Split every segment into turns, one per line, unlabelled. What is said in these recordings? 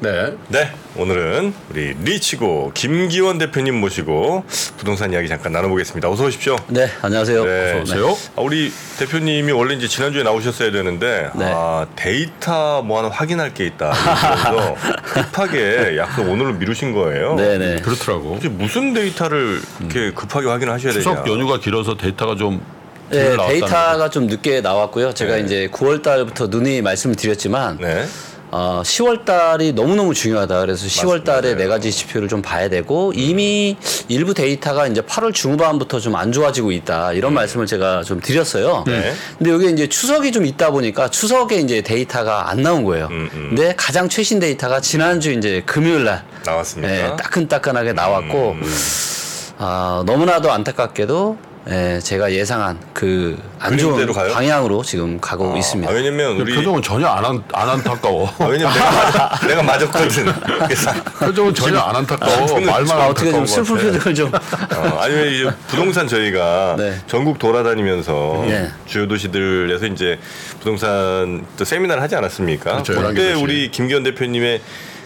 네.
네, 오늘은 우리 리치고 김기원 대표님 모시고 부동산 이야기 잠깐 나눠보겠습니다. 어서 오십시오.
네, 안녕하세요.
네.
어서
오세요.
아, 우리 대표님이 원래 이제 지난주에 나오셨어야 되는데
네.
아, 데이터 뭐 하나 확인할 게 있다. 그래서 급하게 약속 오늘로 미루신 거예요.
네, 음. 네.
그렇더라고.
혹시 무슨 데이터를 이렇게 급하게 확인하셔야 되냐?
추석 연휴가 길어서 데이터가 좀
네,
덜 나왔다는 거.
데이터가 좀 늦게 나왔고요. 제가
네.
이제 9월 달부터 누누이 말씀을 드렸지만
네.
어, 10월 달이 너무너무 중요하다. 그래서 10월 달에 네 가지 지표를 좀 봐야 되고 이미 일부 데이터가 이제 8월 중후반부터 좀 안 좋아지고 있다. 이런 말씀을 제가 좀 드렸어요.
음. 네.
근데 여기 이제 추석이 좀 있다 보니까 추석에 이제 데이터가 안 나온 거예요.
음,
근데 가장 최신 데이터가 지난주 이제 금요일 날
나왔습니다. 음,
네, 따끈따끈하게 나왔고 아, 너무나도 안타깝게도 예, 제가 예상한 그 안 좋은
그림대로 가요?
방향으로 지금 가고 있습니다.
아, 왜냐면 우리
표정은 전혀 안, 안, 안 안타까워.
아, 왜냐면 내가, 맞, 내가 맞았거든. 그래서
표정은 전혀 안 안타까워.
지금-
말만
아, 어떻게
안타까운
좀
것
슬픈
같아.
표정을 좀
어, 아니면 이제 부동산 저희가
네.
전국 돌아다니면서
네.
주요 도시들에서 이제 부동산 또 세미나를 하지 않았습니까?
그렇죠,
그
11개
때
도시.
우리 김기현 대표님의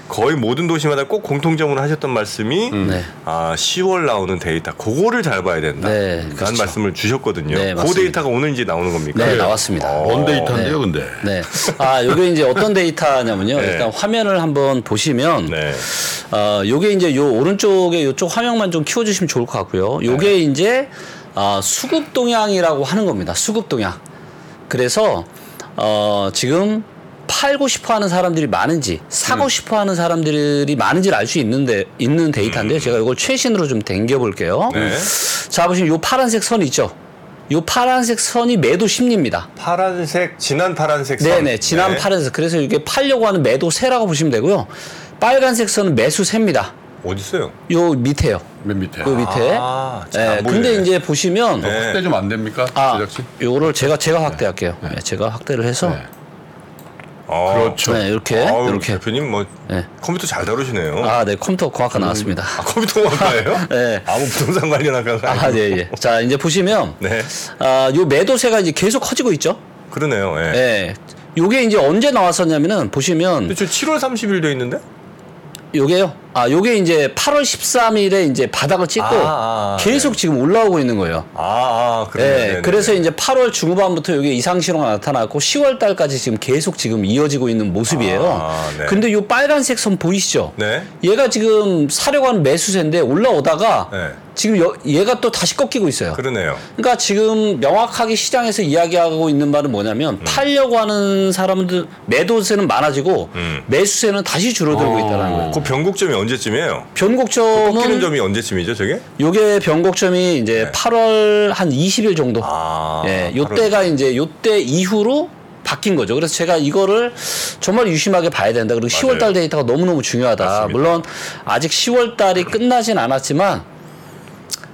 거의 모든 도시마다 꼭 공통점으로 하셨던 말씀이
네.
아 10월 나오는 데이터 그거를 잘 봐야 된다.
네,
라는
그렇죠.
말씀을 주셨거든요.
네,
그
맞습니다.
데이터가 오늘 이제 나오는 겁니까?
네, 나왔습니다.
어,
뭔 데이터인데요, 근데.
네. 아, 요게 이제 어떤 데이터냐면요.
네.
일단 화면을 한번 보시면
네.
어, 요게 이제 요 오른쪽에 요쪽 화면만 좀 키워 주시면 좋을 것 같고요. 요게
네.
이제 아, 수급 동향이라고 하는 겁니다. 수급 동향. 그래서 어, 지금 팔고 싶어 하는 사람들이 많은지 사고
음.
싶어 하는 사람들이 많은지를 알 수 있는데 있는 데이터인데요. 제가 이걸 최신으로 좀 당겨 볼게요.
음. 네.
자, 보시면 요 파란색 선 있죠? 요 파란색 선이 매도 심리입니다.
파란색 진한 파란색 선.
네네 지난
네.
팔 8에서 그래서 이게 팔려고 하는 매도세라고 보시면 되고요 빨간색 선은 매수세입니다
어디 있어요?
요 밑에요
맨 밑에.
요그 밑에
아, 잘안
예, 근데
보이네.
이제 보시면
네.
확대 좀 안 됩니까?
아
제작진?
요거를 제가 제가 확대할게요
네.
예, 제가 확대를 해서
네.
네,
아,
그렇죠.
이렇게
아우,
이렇게
대표님 뭐
네.
컴퓨터 잘 다루시네요.
아 네 컴퓨터 공학과 나왔습니다
아, 컴퓨터 공학과예요?
네.
아무 뭐 부동산 관련 학과가 아니고.
아예예자 이제 보시면
네.
아요 매도세가 이제 계속 커지고 있죠
그러네요. 예.
예 요게 이제 언제 나왔었냐면은 보시면
근데 저 7월 30일 돼 있는데?
요게요? 아, 요게 이제 8월 13일에 이제 바닥을 찍고
아, 아,
계속 지금 올라오고 있는 거예요.
아, 아 그러네.
네, 그래서 이제 8월 중후반부터 요게 이상 신호가 나타났고 10월 달까지 지금 계속 지금 이어지고 있는 모습이에요.
아, 네.
근데 요 빨간색 선 보이시죠?
네.
얘가 지금 사려고 하는 매수세인데 올라오다가
네.
지금 여- 얘가 또 다시 꺾이고 있어요.
그러네요.
그러니까 지금 명확하게 시장에서 이야기하고 있는 말은 뭐냐면
음.
팔려고 하는 사람들 매도세는 많아지고
음.
매수세는 다시 줄어들고
어.
있다는 거예요.
그 변곡점이 언제쯤이에요? 꺾이는
변곡점은
점이 언제쯤이죠, 저게?
요게 변곡점이 이제
그 네.
8월 한 20일 정도.
아.
예,
바로
요때가 이제 요때 이후로 바뀐 거죠. 그래서 제가 이거를 정말 유심하게 봐야 된다. 그리고
맞아요.
10월 달 데이터가 너무너무 중요하다.
맞습니다. 음.
물론 아직 10월 달이 끝나진 않았지만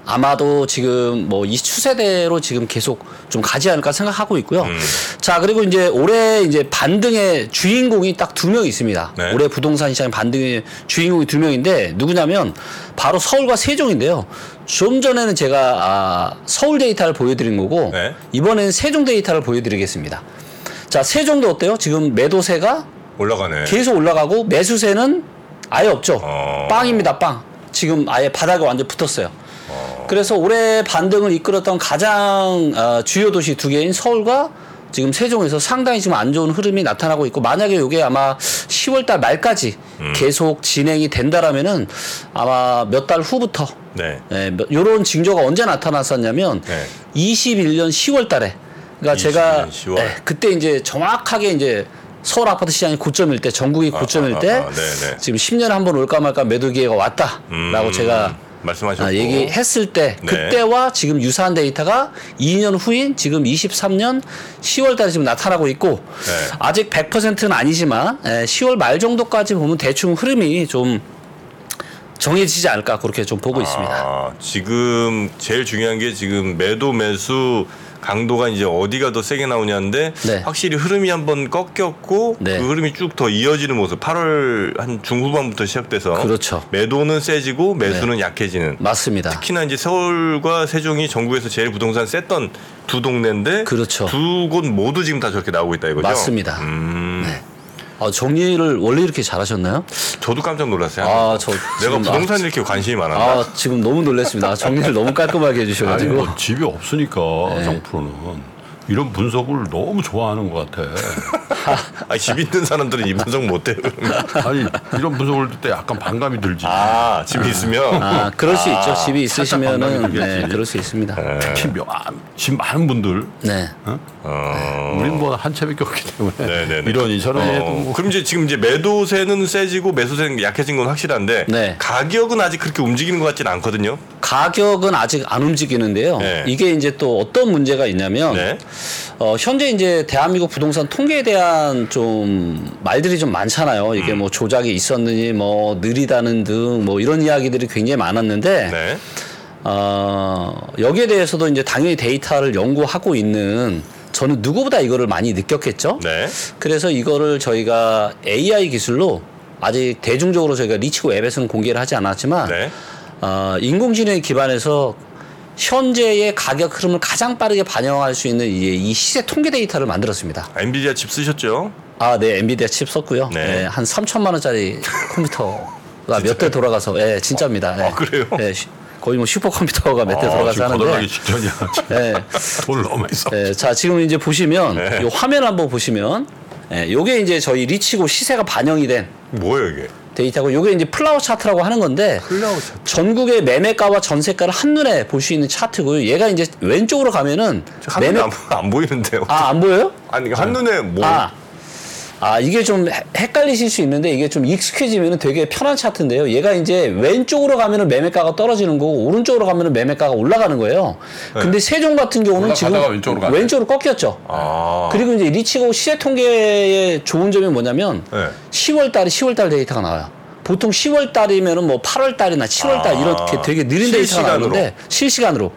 아마도 지금 뭐 이 추세대로 지금 계속 좀 가지 않을까 생각하고 있고요.
음.
자, 그리고 이제 올해 이제 반등의 주인공이 딱 두 명 있습니다.
네.
올해 부동산 시장 반등의 주인공이 두 명인데 누구냐면 바로 서울과 세종인데요. 좀 전에는 제가 아, 서울 데이터를 보여드린 거고
네.
이번엔 세종 데이터를 보여드리겠습니다. 자, 세종도 어때요? 지금 매도세가
올라가네.
계속 올라가고 매수세는 아예 없죠.
어.
빵입니다, 빵. 지금 아예 바닥에 완전 붙었어요. 그래서 올해 반등을 이끌었던 가장 어, 주요 도시 두 개인 서울과 지금 세종에서 상당히 지금 안 좋은 흐름이 나타나고 있고 만약에 이게 아마 10월 달 말까지
음.
계속 진행이 된다라면은 아마 몇 달 후부터
네.
예, 몇- 요런 징조가 언제 나타났었냐면
네.
21년 10월 달에 그러니까
21년
제가
10월.
예, 그때 이제 정확하게 이제 서울 아파트 시장이 고점일 때 전국이 고점일
아,
때
아, 네, 네.
지금 10년에 한 번 올까 말까 매도 기회가 왔다라고
음,
제가
말씀하셨고.
아, 얘기했을 때
네.
그때와 지금 유사한 데이터가 2년 후인 지금 23년 10월 달에 지금 나타나고 있고
네.
아직 100%는 아니지만 에, 10월 말 정도까지 보면 대충 흐름이 좀 정해지지 않을까 그렇게 좀 보고 있습니다.
아, 지금 제일 중요한 게 지금 매도 매수 강도가 이제 어디가 더 세게 나오냐인데
네.
확실히 흐름이 한번 꺾였고
네.
그 흐름이 쭉 더 이어지는 모습. 8월 한 중후반부터 시작돼서
그렇죠. 네.
매도는 세지고 매수는 약해지는.
맞습니다.
특히나 이제 서울과 세종이 전국에서 제일 부동산 셌던 두 동네인데
그렇죠.
두 곳 모두 지금 다 저렇게 나오고 있다 이거죠.
맞습니다.
음.
아, 정리를 원래 이렇게 잘하셨나요?
저도 깜짝 놀랐어요.
아, 저
내가
지금
부동산 이렇게 관심이
아,
많았나?
아, 지금 너무 놀랐습니다. 아, 정리를 너무
아니
깔끔하게 해주셔가지고. 네.
뭐 집이 없으니까 정프로는 이런 분석을 너무 좋아하는 것 같아.
아, 집 있는 사람들은 이 분석 못해요. 그러면.
아니 이런 분석을 듣때 약간 반감이 들지.
아, 집이 있으면.
아, 그럴 수 있죠. 집이
살짝
있으시면은
반감이 들겠지.
네, 그럴 수 있습니다.
특히 명, 아, 집 많은 분들.
네.
어.
우린 뭐 한 채밖에 없기 때문에
네네네.
이러니 저러니 해도
어,
뭐
그럼 이제 지금 이제 매도세는 세지고 매수세는 약해진 건 확실한데
네.
가격은 아직 그렇게 움직이는 것 같지는 않거든요.
가격은 아직 안 움직이는데요.
네.
이게 이제 또 어떤 문제가 있냐면
네.
어, 현재 이제 대한민국 부동산 통계에 대한 좀 말들이 좀 많잖아요. 이게 뭐 조작이 있었느니 뭐 느리다는 등 뭐 이런 이야기들이 굉장히 많았는데
네.
어, 여기에 대해서도 이제 당연히 데이터를 연구하고 있는 저는 누구보다 이거를 많이 느꼈겠죠.
네.
그래서 이거를 저희가 AI 기술로 아직 대중적으로 저희가 리치고 앱에서는 공개를 하지 않았지만
네.
어, 인공지능에 기반해서 현재의 가격 흐름을 가장 빠르게 반영할 수 있는 이, 이 시세 통계 데이터를 만들었습니다.
엔비디아 집 쓰셨죠?
아, 네, 엔비디아 칩 썼고요.
네.
네. 한 3천만 원짜리 컴퓨터가 몇 대 돌아가서, 예, 진짜입니다. 예.
아, 그래요?
예, 쉬- 거의 뭐 슈퍼컴퓨터가 몇 대 돌아가서
지금 거덜하기
하는데.
직전이야.
예,
돈을 너무 많이 써.
예, 자, 지금 이제 보시면,
네.
이 화면 한번 보시면, 예, 요게 이제 저희 리치고 시세가 반영이 된
뭐예요 이게?
데이터고, 요게 이제 플라워 차트라고 하는 건데,
클라우드.
전국의 매매가와 전세가를 한눈에 볼 수 있는 차트고요. 얘가 이제 왼쪽으로 가면은
한눈에 안, 보- 안 보이는데요.
아, 안 보여요?
아니 한눈에
네.
뭐?
아. 아, 이게 좀 헷- 헷갈리실 수 있는데 이게 좀 익숙해지면은 되게 편한 차트인데요. 얘가 이제 왼쪽으로 가면은 매매가가 떨어지는 거고 오른쪽으로 가면은 매매가가 올라가는 거예요. 근데 세종 같은 경우는 지금
네. 올라가다가 왼쪽으로 가네.
꺾였죠.
아.
그리고 이제 리치고 시세 통계의 좋은 점이 뭐냐면
네.
10월 달에 10월 달 데이터가 나와요. 보통 10월 달이면은 뭐 8월 달이나 7월 달
아,
이렇게 되게 느린 데이터가
실시간으로. 네.
나오는데 실시간으로.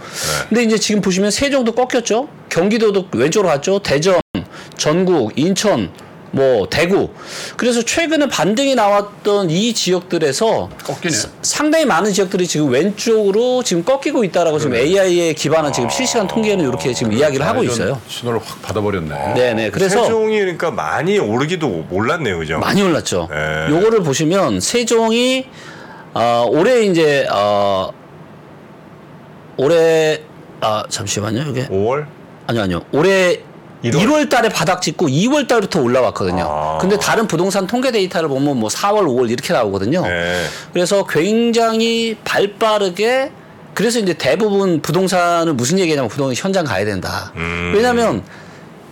근데 이제 지금 보시면 세종도 꺾였죠. 경기도도 왼쪽으로 갔죠. 대전, 전국, 인천, 뭐 대구. 그래서 최근에 반등이 나왔던 이 지역들에서
꺾이네.
사- 상당히 많은 지역들이 지금 왼쪽으로 지금 꺾이고 있다라고 지금 AI에 기반한
아,
지금 실시간 통계는 이렇게 지금 이야기를 하고
좌회전
있어요.
신호를 확 받아버렸네.
네, 네. 그래서
세종이 그러니까 많이 오르기도 몰랐네요, 그죠?
많이 올랐죠.
예.
요거를 보시면 세종이 어, 올해 이제 어, 올해 아 잠시만요. 이게
5월?
아니요 아니요. 올해
일월.
1월 달에 바닥 찍고 2월 달부터 올라왔거든요.
아.
근데 다른 부동산 통계 데이터를 보면 뭐 4월, 5월 이렇게 나오거든요.
네.
그래서 굉장히 발 빠르게 그래서 이제 대부분 부동산은 무슨 얘기냐면 부동산 현장 가야 된다.
음.
왜냐하면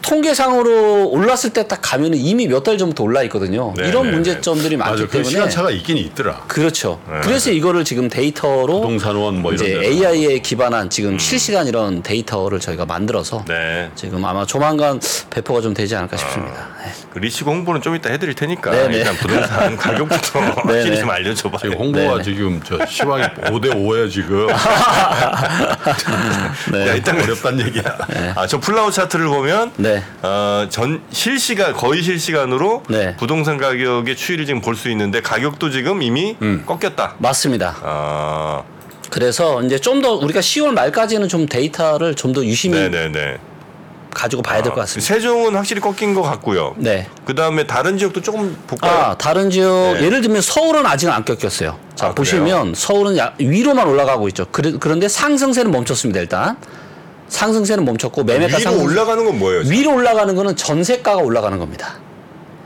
통계상으로 올랐을 때 딱 가면은 이미 몇 달 전부터 올라 있거든요.
네,
이런
네, 네.
문제점들이 많기
맞아. 그
때문에
시간차가 있긴 있더라.
그렇죠. 그래서 이거를 지금 데이터로
부동산원 뭐 이런
이제
데서.
AI에 기반한 지금 실시간 이런 데이터를 저희가 만들어서
음. 네. 아.
지금 아마 조만간 배포가 좀 되지 않을까 싶습니다. 네.
그 리치고 홍보는 좀 이따 해드릴 테니까
네, 네.
일단 부동산 가격부터 확실히
네.
좀 알려줘봐요.
지금 홍보가
네, 아, 네.
지금 저 시황이 5대 5야 지금.
야, 일단
어렵단 얘기야.
아, 저 플라워 차트를 보면
네.
어, 전 실시간 거의 실시간으로
네.
부동산 가격의 추이를 지금 볼 수 있는데 가격도 지금 이미
음.
꺾였다.
맞습니다.
아,
그래서 이제 좀 더 우리가 10월 말까지는 좀 데이터를 좀 더 유심히
네네네.
가지고 봐야 될 것 같습니다.
세종은 확실히 꺾인 것 같고요.
네.
그 다음에 다른 지역도 조금 볼까요?
아, 다른 지역
네.
예를 들면 서울은 아직 안 꺾였어요. 자,
아,
보시면 서울은 야- 위로만 올라가고 있죠. 그래, 그런데 상승세는 멈췄습니다, 일단. 상승세는 멈췄고 매매가
위로
상승
올라가는 건 뭐예요?
네, 위로 올라가는 거는 전세가가 올라가는 겁니다.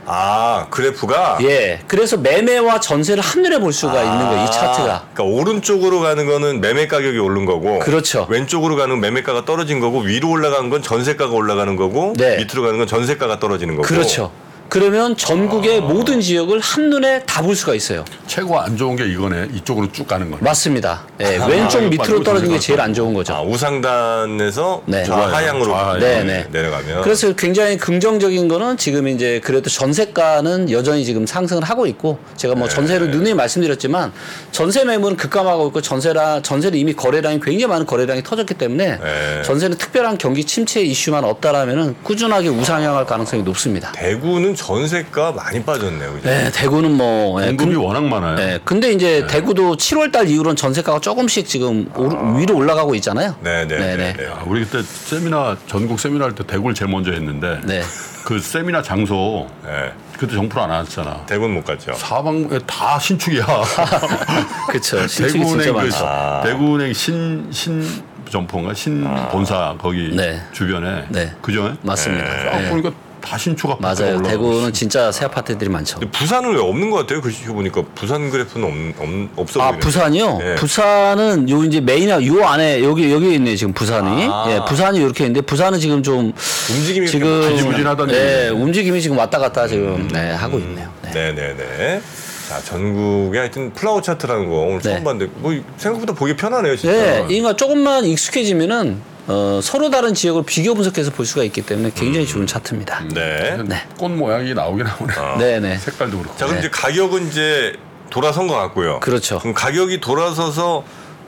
아 그래프가
예. 그래서 매매와 전세를 한눈에 볼 수가 있는 거예요, 이 차트가.
그러니까 오른쪽으로 가는 거는 매매 가격이 오른 거고
그렇죠.
왼쪽으로 가는 매매가가 떨어진 거고 위로 올라간 건 전세가가 올라가는 거고
네.
밑으로 가는 건 전세가가 떨어지는 거고
그렇죠. 그러면 전국의 모든 지역을 한눈에 다 볼 수가 있어요.
최고 안 좋은 게 이거네. 이쪽으로 쭉 가는 거네.
맞습니다. 예,
아,
왼쪽
이거
밑으로
빠지고
떨어지는 게
전세가
제일 안 좋은 거죠.
아, 우상단에서
네.
좌하향으로
좌하향.
네, 네.
내려가면
그래서 굉장히 긍정적인 거는 지금 이제 그래도 전세가는 여전히 지금 상승을 하고 있고 제가
네.
뭐 전세를 누누이 말씀드렸지만 전세 매물은 급감하고 있고 전세라 전세는 이미 거래량이 굉장히 많은 거래량이 터졌기 때문에
네.
전세는 특별한 경기 침체 이슈만 없다라면은 꾸준하게 우상향할 가능성이 높습니다.
대구는 전세가 많이 빠졌네요. 그죠?
네, 대구는 뭐 예,
공급이 워낙 많아요.
네, 근데 이제 대구도 7월달 이후로는 전세가가 조금씩 지금 오르- 위로 올라가고 있잖아요.
아. 네, 네, 네,
네,
네.
야, 예, 우리 그때 세미나 전국 세미나 할 때 대구를 제일 먼저 했는데
네.
그 세미나 장소 예,
네.
그때 정부를 안 왔잖아.
대구는 못 갔죠.
사방에 다 신축이야.
그쵸. 신축이 진짜
대구은행 그
많죠. 아.
대구은행 신신 점포인가 신 본사 거기
네.
주변에
네.
그죠?
맞습니다.
쫙
네.
보니까 다 신축 아파트가
맞아요.
올라가고
대구는 진짜 새 아파트들이 많죠.
근데 부산은 왜 없는 것 같아요? 글씨 보니까 부산 그래프는 없, 없, 없어
아
보이네요.
부산이요?
예.
부산은 요 이제 메인 요 안에 여기 여기 있네 지금 부산이.
아.
예, 부산이 이렇게 있는데 부산은 지금 좀
움직임이
지금
간지부진하다는
예, 움직임이 지금 왔다 갔다
음.
지금 네, 하고 있네요. 네.
네네네. 자 전국에 하여튼 플라워 차트라는 거 오늘 처음
네.
봤는데 뭐 생각보다 보기 편하네요 진짜.
예, 그러니까 조금만 익숙해지면은 어, 서로 다른 지역을 비교 분석해서 볼 수가 있기 때문에 굉장히 좋은 차트입니다.
네.
네.
꽃 모양이 나오긴 하네.
네, 네.
색깔도 그렇고.
자 그럼
네.
이제 가격은 이제 돌아선 것 같고요.
그렇죠.
그럼 가격이 돌아서서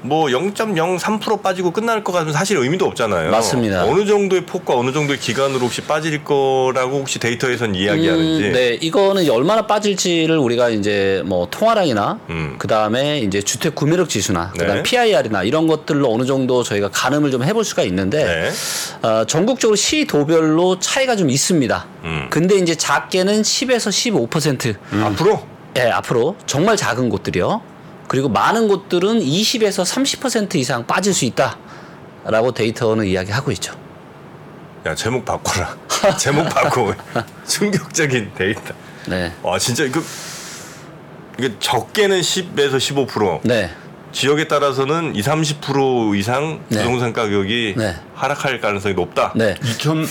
뭐 0.03% 빠지고 끝날 것 같으면 사실 의미도 없잖아요.
맞습니다.
어느 정도의 폭과 어느 정도의 기간으로 혹시 빠질 거라고 혹시 데이터에선 이야기하는지.
음, 네, 이거는 이제 얼마나 빠질지를 우리가 이제 뭐 통화량이나
음.
그 다음에 이제 주택 구매력 지수나 그다음
네.
에 PIR이나 이런 것들로 어느 정도 저희가 가늠을 좀 해볼 수가 있는데
네.
어, 전국적으로 시도별로 차이가 좀 있습니다.
음.
근데 이제 작게는 10에서 15%.
앞으로
예, 앞으로 정말 작은 곳들이요. 그리고 많은 곳들은 20에서 30% 이상 빠질 수 있다라고 데이터는 이야기하고 있죠.
야 제목 바꿔라. 제목 바꿔. 충격적인 데이터.
네.
아 진짜 이거 이게 적게는 10에서 15%
네.
지역에 따라서는 2, 30% 이상
네.
부동산 가격이
네.
하락할 가능성이 높다.
네.
2000,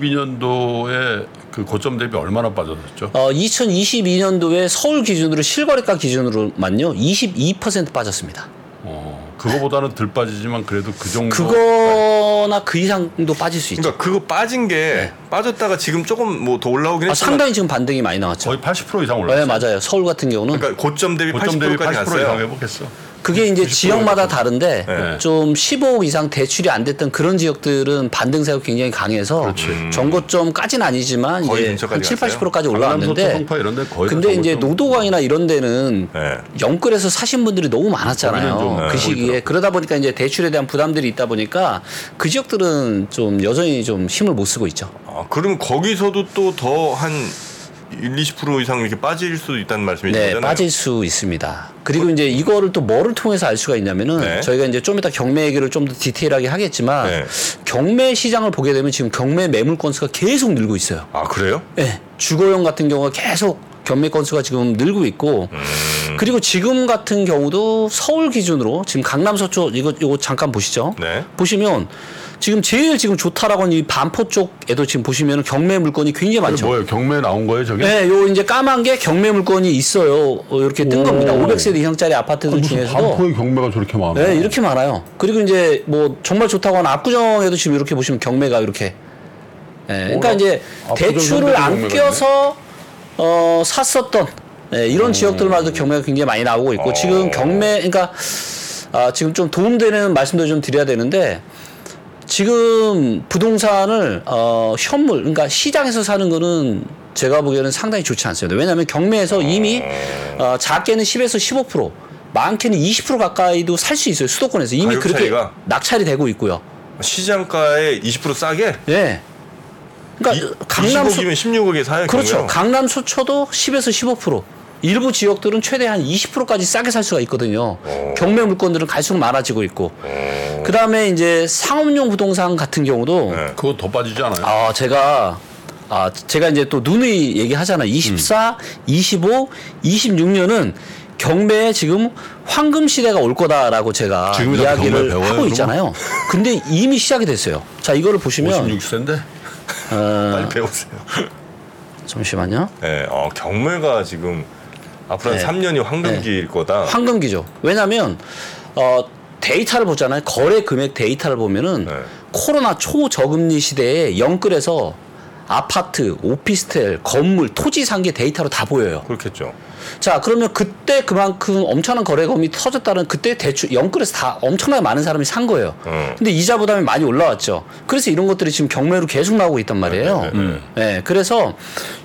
2022년도에 그 고점 대비 얼마나 빠졌었죠?
어, 2022년도에 서울 기준으로 실거래가 기준으로만요 22% 빠졌습니다.
어, 그거보다는 덜 빠지지만 그래도 그 정도.
그거나 그 이상도 빠질 수 있죠.
그러니까 그거 빠진 게 빠졌다가 지금 조금 뭐 더 올라오긴
네. 아,
했지만
상당히 지금 반등이 많이 나왔죠.
그러니까 거의 80% 이상
네
올랐어요.
맞아요. 서울 같은 경우는
그러니까 고점 대비
고점 대비
80%까지
80%
갔어요.
이상 회복했어.
아, 그게 이제 지역마다 다른데
네.
좀 15억 이상 대출이 안 됐던 그런 지역들은 반등세가 굉장히 강해서 음.
음.
전고점까지는 아니지만
거의
이제
근처까지
한 7,
갔어요?
80%까지
강남서부
올라왔는데
송파 이런 데 거의 다
근데 이제
전고점.
노도강이나 이런 데는
네.
영끌에서 사신 분들이 너무
거기는 좀,
많았잖아요.
네,
그 시기에 그러다 보니까 이제 대출에 대한 부담들이 있다 보니까 그 지역들은 좀 여전히 좀 힘을 못 쓰고 있죠.
아, 그럼 거기서도 또 더 한 1, 20% 이상 이렇게 빠질 수도 있다는 말씀이신
네,
거잖아요.
빠질 수 있습니다. 그리고 이제 이거를 또 뭐를 통해서 알 수가 있냐면은
네.
저희가 이제 좀 이따 경매 얘기를 좀 더 디테일하게 하겠지만
네.
경매 시장을 보게 되면 지금 경매 매물 건수가 계속 늘고 있어요.
아 그래요?
네, 주거용 같은 경우가 계속 경매 건수가 지금 늘고 있고 그리고 지금 같은 경우도 서울 기준으로 지금 강남 서초 이거 이거 잠깐 보시죠.
네.
보시면 지금 제일 지금 좋다라고 하는 이 반포 쪽에도 지금 보시면 경매 물건이 굉장히
그게
많죠.
뭐예요? 경매 나온 거예요, 저게?
네, 요 이제 까만 게 경매 물건이 있어요. 어, 이렇게 뜬
오.
겁니다. 500세대 이상짜리
아니,
아파트들
무슨
그 중에서도
반포의 경매가 저렇게 많아?
네, 이렇게 많아요. 그리고 이제 뭐 정말 좋다고 하는 압구정에도 지금 이렇게 보시면 경매가 이렇게 예, 그러니까
나-
이제
어, 압구정
대출을
현대도
안
경매가
껴서 어, 샀었던 예,
음.
이런 지역들마저도 경매가 굉장히 많이 나오고 있고
어.
지금 경매 그러니까 아, 지금 좀 도움되는 말씀도 좀 드려야 되는데 지금 부동산을 어, 현물 그러니까 시장에서 사는 거는 제가 보기에는 상당히 좋지 않습니다. 왜냐하면 경매에서 이미 어, 작게는 10에서 15% 많게는 20% 가까이도 살 수 있어요. 수도권에서 이미
가격
그렇게
차이가?
낙찰이 되고 있고요.
시장가에 20% 싸게
예. 그러니까 강남 수,
20억이면 16억에 사요.
그렇죠.
경매로? 아,
강남 서초도 10에서 15%. 일부 지역들은 최대 한 20%까지 싸게 살 수가 있거든요.
어.
경매 물건들은 갈수록 많아지고 있고. 그다음에 이제 상업용 부동산 같은 경우도
네.
그거 더 빠지지 않아요?
아, 제가 아, 제가 이제 또 누누이 얘기하잖아요.
음.
24, 25, 26년은 경매에 지금 황금 시대가 올 거다라고 제가
지금이라도 경매
이야기를
배워요,
하고
그러면?
있잖아요. 근데 이미 시작이 됐어요. 자, 이거를 보시면 어,
56세인데?
빨리 배우세요.
잠시만요.
네, 어, 경매가 지금 앞으로 한
네.
3년이 황금기일 거다.
황금기죠. 왜냐하면 어, 데이터를 보잖아요. 거래 금액 데이터를 보면은
네.
코로나 초저금리 시대에 영끌에서 아파트, 오피스텔, 건물, 토지 산 게 데이터로 다 보여요.
그렇겠죠.
자, 그러면 그때 그만큼 엄청난 거래금이 터졌다는 그때 대출 영끌에서 다 엄청나게 많은 사람이 산 거예요.
음.
근데 이자 부담이 많이 올라왔죠. 그래서 이런 것들이 지금 경매로 계속 나오고 있단 말이에요.
네,
네, 그래서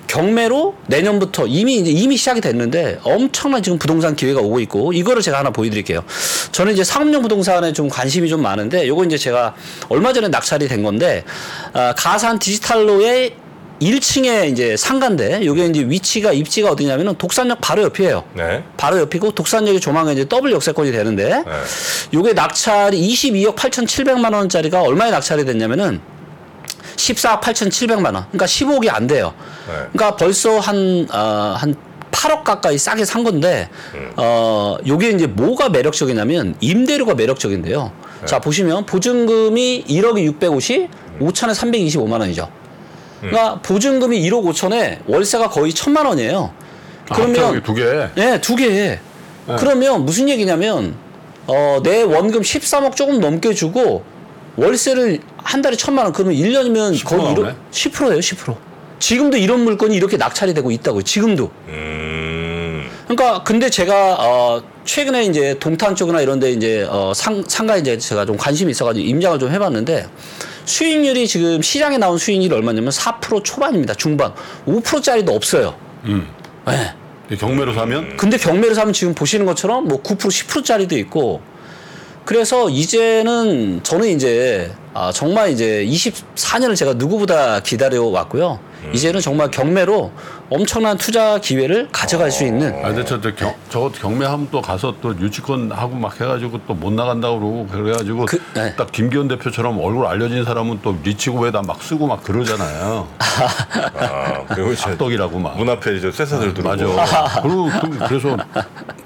경매로 내년부터 이미 이제 이미 시작이 됐는데 엄청난 지금 부동산 기회가 오고 있고 이거를 제가 하나 보여드릴게요. 저는 이제 상업용 부동산에 좀 관심이 좀 많은데 요거 이제 제가 얼마 전에 낙찰이 된 건데 아, 가산 디지털로의 1층에 이제 상가인데 요게 이제 위치가 입지가 어디냐면은 독산역 바로 옆이에요.
네.
바로 옆이고 독산역이 조만간 이제 더블 역세권이 되는데
네.
요게 낙찰이 22억 8,700만 원짜리가 얼마에 낙찰이 됐냐면은 14억 8,700만 원. 그러니까 15억이 안 돼요.
네.
그러니까 벌써 한, 어, 한 8억 가까이 싸게 산 건데,
음.
어, 요게 이제 뭐가 매력적이냐면, 임대료가 매력적인데요.
네.
자, 보시면, 보증금이 1억이 650, 5천에 325만 원이죠. 그러니까
음.
보증금이 1억 5천에 월세가 거의 1천만 원이에요. 아,
아,
그러면,
두 개.
네, 두 개. 그러면 무슨 얘기냐면 어, 내 원금 13억 조금 넘게 주고 월세를 한 달에 천만 원 그러면 1년이면
10%
거의
나오네?
10%예요, 10%. 지금도 이런 물건이 이렇게 낙찰이 되고 있다고요. 지금도.
네.
음.
그러니까 근데 제가 어 최근에 이제 동탄 쪽이나 이런데 이제 어상 상가 이제 제가 좀 관심이 있어가지고 임장을 좀 해봤는데 수익률이 지금 시장에 나온 수익률이 얼마냐면 4% 초반입니다. 중반 5%짜리도 없어요.
음.
네.
경매로 사면
근데 경매를 사면 지금 보시는 것처럼 뭐 9% 10%짜리도 있고 그래서 이제는 저는 이제 아 정말 이제 24년을 제가 누구보다 기다려 왔고요.
음.
이제는 정말 경매로 엄청난 투자 기회를 가져갈
어.
수 있는
아 근데 저, 저 경, 저거 경매하면 또 가서 또 유치권 하고 막 해가지고 또 못 나간다고 그러고 그래가지고
그- 네.
딱 김기현 대표처럼 얼굴 알려진 사람은 또 리치고에다 막 쓰고 막 그러잖아요.
아, 그리고 저
악덕이라고 막.
문 앞에 저 쇠사슬 두르고.
맞아. 그리고 그- 그래서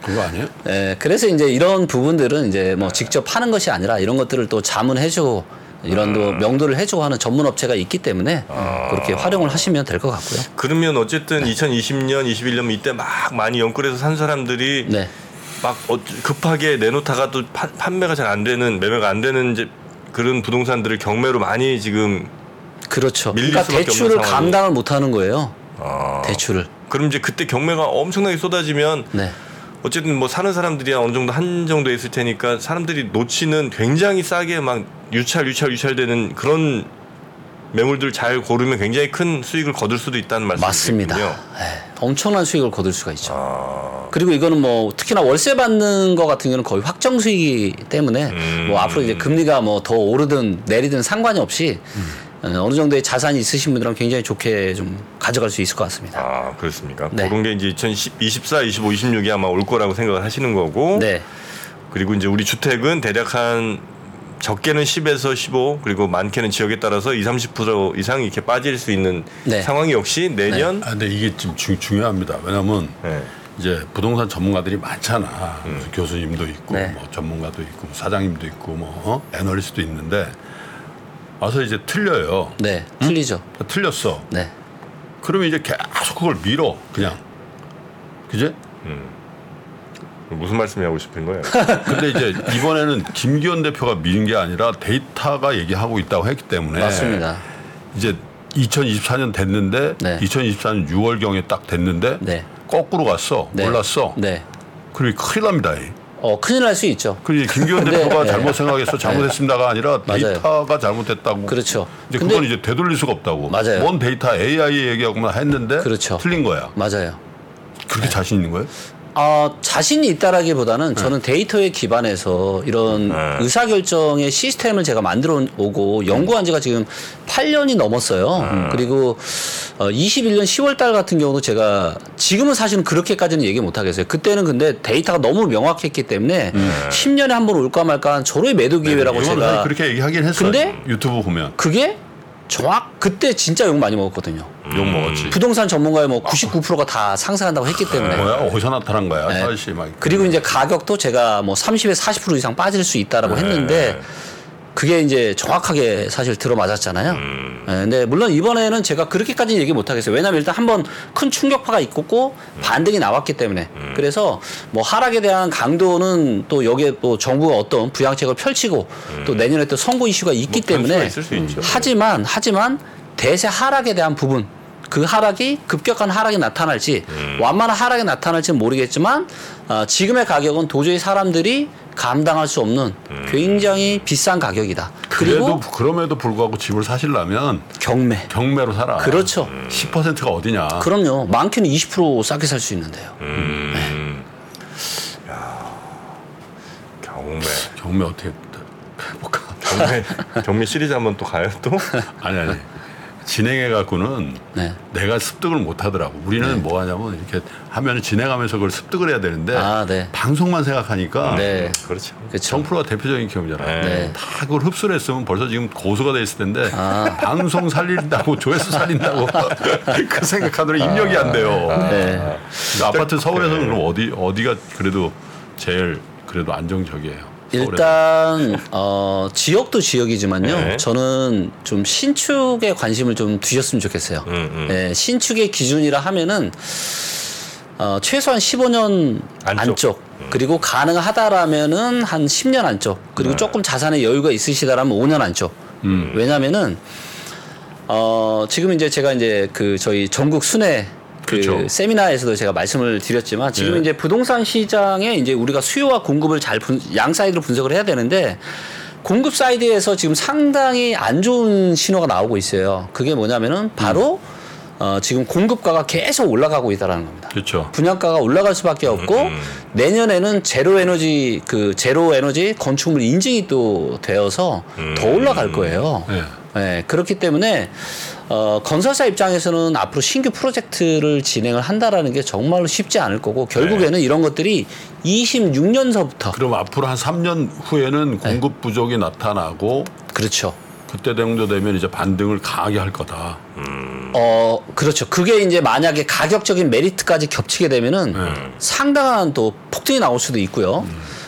그거 아니에요?
예, 그래서 이제 이런 부분들은 이제
네.
뭐 직접 하는 것이 아니라 이런 것들을 또 자문해주고 이런
음.
또 명도를 해주고 하는 전문 업체가 있기 때문에
아.
그렇게 활용을 하시면 될 것 같고요.
그러면 어쨌든 2020년, 21년 이때 막 많이 연끌해서 산 사람들이
네.
막 어- 급하게 내놓다가 또 파- 판매가 잘 안 되는 매매가 안 되는 이제 그런 부동산들을 경매로 많이 지금
그렇죠.
밀릴
그러니까
수밖에 없는
대출을
상황이-
감당을 못 하는 거예요.
아,
대출을.
그럼 이제 그때 경매가 엄청나게 쏟아지면
네.
어쨌든 뭐 사는 사람들이 어느 정도 한정돼 있을 테니까 사람들이 놓치는 굉장히 싸게 막 유찰 유찰 유찰되는 그런 매물들 잘 고르면 굉장히 큰 수익을 거둘 수도 있다는 말씀이군요.
맞습니다.
네.
예, 엄청난 수익을 거둘 수가 있죠.
아.
그리고 이거는 뭐 특히나 월세 받는 거 같은 경우는 거의 확정 수익이기 때문에
음.
뭐 앞으로 이제 금리가 뭐 더 오르든 내리든 상관이 없이
음.
어, 어느 정도의 자산이 있으신 분들은 굉장히 좋게 좀 가져갈 수 있을 것 같습니다.
아 그렇습니까?
네.
그런 게 이제 2024, 25, 26이 아마 올 거라고 생각을 하시는 거고
네.
그리고 이제 우리 주택은 대략 한 적게는 10에서 15 그리고 많게는 지역에 따라서 2, 30% 이상 이렇게 빠질 수 있는
네.
상황이 역시 내년
아, 근데 이게 지금 중, 중요합니다. 왜냐면
네.
이제 부동산 전문가들이 많잖아. 그래서 교수님도 있고
네.
뭐 전문가도 있고 사장님도 있고 뭐 어? 애널리스트도 있는데 와서 이제 틀려요.
네. 틀리죠.
틀렸어.
네.
그러면 이제 계속 그걸 밀어 그냥. 그지?
무슨 말씀이 하고 싶은 거예요?
근데 이제 이번에는 김기현 대표가 미는 게 아니라 데이터가 얘기하고 있다고 했기 때문에
맞습니다.
이제 2024년 됐는데
네.
2024년 6월 경에 딱 됐는데
네.
거꾸로 갔어
네.
올랐어
네.
그리고 큰일 납니다. 이.
어, 큰일 날 수 있죠.
그리고 이제 김기현
근데,
대표가
네.
잘못 생각해서 잘못했습니다가 아니라
맞아요.
데이터가 잘못됐다고.
그렇죠.
이제
근데-
그건 이제 되돌릴 수가 없다고.
맞아요.
뭔 데이터 AI 얘기하고만 했는데
그렇죠.
틀린 거야.
맞아요.
그렇게 자신 있는 거예요?
아, 자신이 있다라기보다는 저는 데이터에 기반해서 이런 의사결정의 시스템을 제가 만들어 오고 연구한 지가 지금 8년이 넘었어요. 그리고 어, 21년 10월 달 같은 경우도 제가 지금은 사실은 그렇게까지는 얘기 못 하겠어요. 그때는 근데 데이터가 너무 명확했기 때문에 10년에 한 번 올까 말까 한 저로의 네. 매도 기회라고
이거는
제가
그렇게 얘기하긴 했어.
근데-
유튜브 보면
그게 정확 그때 진짜 욕 많이 먹었거든요.
욕 먹었지.
부동산 전문가의 뭐 99%가 다 상승한다고 했기 때문에
뭐야 어디서 나타난 거야 사실 막.
네. 그리고 이제 가격도 제가 뭐 30에 40% 이상 빠질 수 있다라고
네.
했는데 그게 이제 정확하게 사실 들어맞았잖아요.
음.
예, 근데 물론 이번에는 제가 그렇게까지 는 얘기 못 하겠어요. 왜냐면 일단 한번 큰 충격파가 있고
음.
반등이 나왔기 때문에. 그래서 뭐 하락에 대한 강도는 또 여기에 또 정부가 어떤 부양책을 펼치고 또 내년에 또 선거 이슈가 있기
음. 뭐 변수가
때문에
있을 수 있죠.
하지만 하지만 대세 하락에 대한 부분 그 하락이 급격한 하락이 나타날지
음.
완만한 하락이 나타날지는 모르겠지만 어, 지금의 가격은 도저히 사람들이 감당할 수 없는 굉장히 비싼 가격이다.
음. 그래도
그리고
그럼에도 불구하고 집을 사시려면
경매.
경매로 살아.
그렇죠.
10%가 어디냐.
그럼요. 많게는 20% 싸게 살 수 있는데요.
음.
음. 경매.
경매 어떻게 해볼까?
경매, 경매 시리즈 한번 또 가요 또?
아니 아니. 진행해 갖고는
네.
내가 습득을 못 하더라고. 우리는 뭐 하냐면 이렇게 하면 진행하면서 그걸 습득을 해야 되는데
아, 네.
방송만 생각하니까
네.
그렇죠.
그렇죠.
정프로가 대표적인 기업이잖아. 요
네.
다 그걸 흡수를 했으면 벌써 지금 고수가 돼 있을 텐데
아.
방송 살린다고 조회수 살린다고 그 생각하느라 입력이 안 돼요.
네.
근데 아파트 서울에서는 그럼 어디 어디가 그래도 제일 그래도 안정적이에요. 서울에서.
일단 어, 지역도 지역이지만요.
네.
저는 좀 신축에 관심을 좀 두셨으면 좋겠어요.
음, 음.
예, 신축의 기준이라 하면은 어, 최소한 15년 안쪽,
안쪽.
그리고 가능하다라면은 한 10년 안쪽 그리고 조금 자산의 여유가 있으시다라면 5년 안쪽 왜냐면은 어, 지금 이제 제가 이제 그 저희 전국 순회 그
그렇죠.
세미나에서도 제가 말씀을 드렸지만 지금
예.
이제 부동산 시장에 이제 우리가 수요와 공급을 잘 분, 양 사이드로 분석을 해야 되는데 공급 사이드에서 지금 상당히 안 좋은 신호가 나오고 있어요. 그게 뭐냐면은 바로 어, 지금 공급가가 계속 올라가고 있다라는 겁니다.
그렇죠.
분양가가 올라갈 수밖에 없고 내년에는 제로 에너지 그 제로 에너지 건축물 인증이 또 되어서 더 올라갈 거예요.
네.
네, 그렇기 때문에 어, 건설사 입장에서는 앞으로 신규 프로젝트를 진행을 한다라는 게 정말로 쉽지 않을 거고 결국에는 이런 것들이 26년서부터
그럼 앞으로 한 3년
네.
후에는 공급 부족이 나타나고
그렇죠.
그때 정도 되면 이제 반등을 강하게 할 거다.
어 그렇죠. 그게 이제 만약에 가격적인 메리트까지 겹치게 되면은 상당한 또 폭등이 나올 수도 있고요.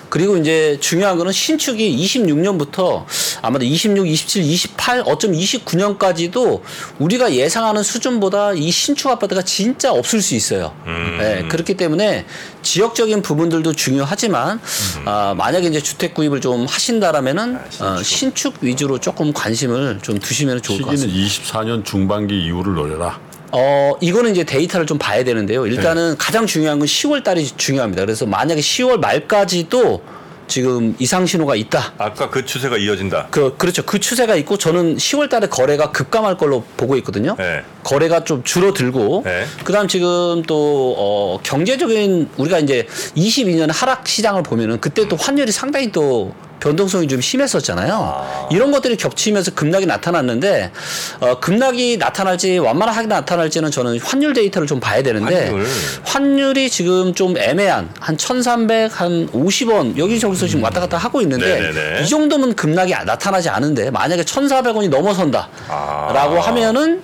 그리고 이제 중요한 거는 신축이 26년부터 아마도 26, 27, 28 어쩜 29년까지도 우리가 예상하는 수준보다 이 신축 아파트가 진짜 없을 수 있어요. 예, 그렇기 때문에 지역적인 부분들도 중요하지만 아, 만약에 이제 주택 구입을 좀 하신다라면은 어, 신축 위주로 조금 관심을 좀 두시면 좋을 것 같습니다.
시기는 24년 중반기 이후를 노려라.
어, 이거는 이제 데이터를 좀 봐야 되는데요. 일단은 가장 중요한 건 10월 달이 중요합니다. 그래서 만약에 10월 말까지도 지금 이상 신호가 있다.
아까 그 추세가 이어진다.
그, 그렇죠. 그 추세가 있고 저는 10월 달에 거래가 급감할 걸로 보고 있거든요.
네.
거래가 좀 줄어들고
네.
그다음 지금 또 어, 경제적인 우리가 이제 22년 하락 시장을 보면은 그때 또 환율이 상당히 또 변동성이 좀 심했었잖아요. 이런 것들이 겹치면서 급락이 나타났는데 어, 급락이 나타날지 완만하게 나타날지는 저는 환율 데이터를 좀 봐야 되는데
환율.
환율이 지금 좀 애매한 한 1,300, 한 50원 여기저기서 지금 왔다 갔다 하고 있는데
네네네.
이 정도면 급락이 아, 나타나지 않은데 만약에 1,400원이 넘어선다라고
아.
하면은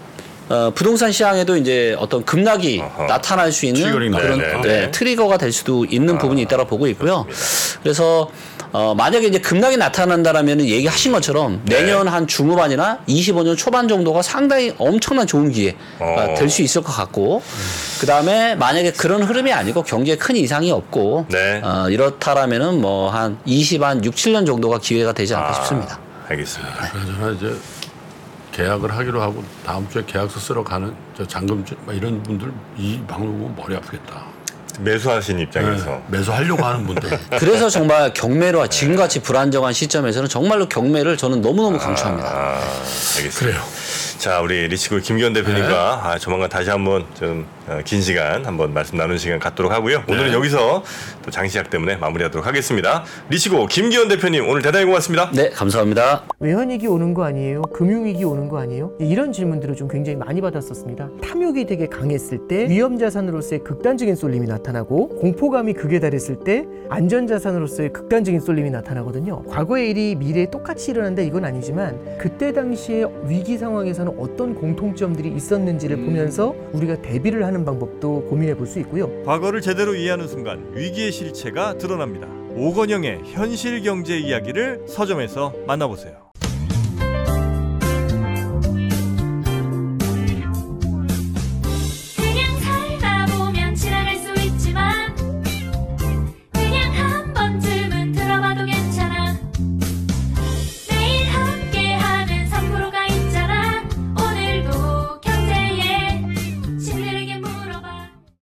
어, 부동산 시장에도 이제 어떤 급락이
어허.
나타날 수 있는
트리거링
그런
나오네요. 아,
네, 트리거가 될 수도 있는 부분이 있다고 보고 있고요. 그래서 어, 만약에 이제 급락이 나타난다라면 얘기하신 것처럼
네.
내년 한 중후반이나 25년 초반 정도가 상당히 엄청난 좋은 기회가
어.
될 수 있을 것 같고 그다음에 만약에 그런 흐름이 아니고 경제에 큰 이상이 없고
네.
어, 이렇다라면은 뭐 한 20한 6, 7년 정도가 기회가 되지 않을까
아.
싶습니다.
알겠습니다.
그러나 이제 계약을 하기로 하고 다음 주에 계약서 쓰러 가는 저 잔금주 막 이런 분들 이 방송 보면 머리 아프겠다.
네.
매수하신 입장에서
음.
네, 매수하려고 하는 분들.
그래서 정말 경매로 지금같이 불안정한 시점에서는 정말로 경매를 저는 너무너무 강추합니다.
아, 알겠습니다.
그래요.
자, 우리 리치구 김기현 대표님과
네.
아, 조만간 다시 한번 좀 어, 긴 시간 한번 말씀 나누는 시간 갖도록 하고요.
네.
오늘은 여기서 또 장시작 때문에 마무리하도록 하겠습니다. 리치구 김기현 대표님 오늘 대단히 고맙습니다.
네, 감사합니다.
외환위기 오는 거 아니에요? 금융위기 오는 거 아니에요? 예, 이런 질문들을 좀 굉장히 많이 받았었습니다. 탐욕이 되게 강했을 때 위험자산으로서의 극단적인 쏠림이 나타나고 공포감이 극에 달했을 때 안전자산으로서의 극단적인 쏠림이 나타나거든요. 과거의 일이 미래에 똑같이 일어난다 이건 아니지만 그때 당시에 위기 상황에서는 어떤 공통점들이 있었는지를 보면서 우리가 대비를 하는 방법도 고민해 볼 수 있고요.
과거를 제대로 이해하는 순간 위기의 실체가 드러납니다. 오건영의 현실 경제 이야기를 서점에서 만나보세요.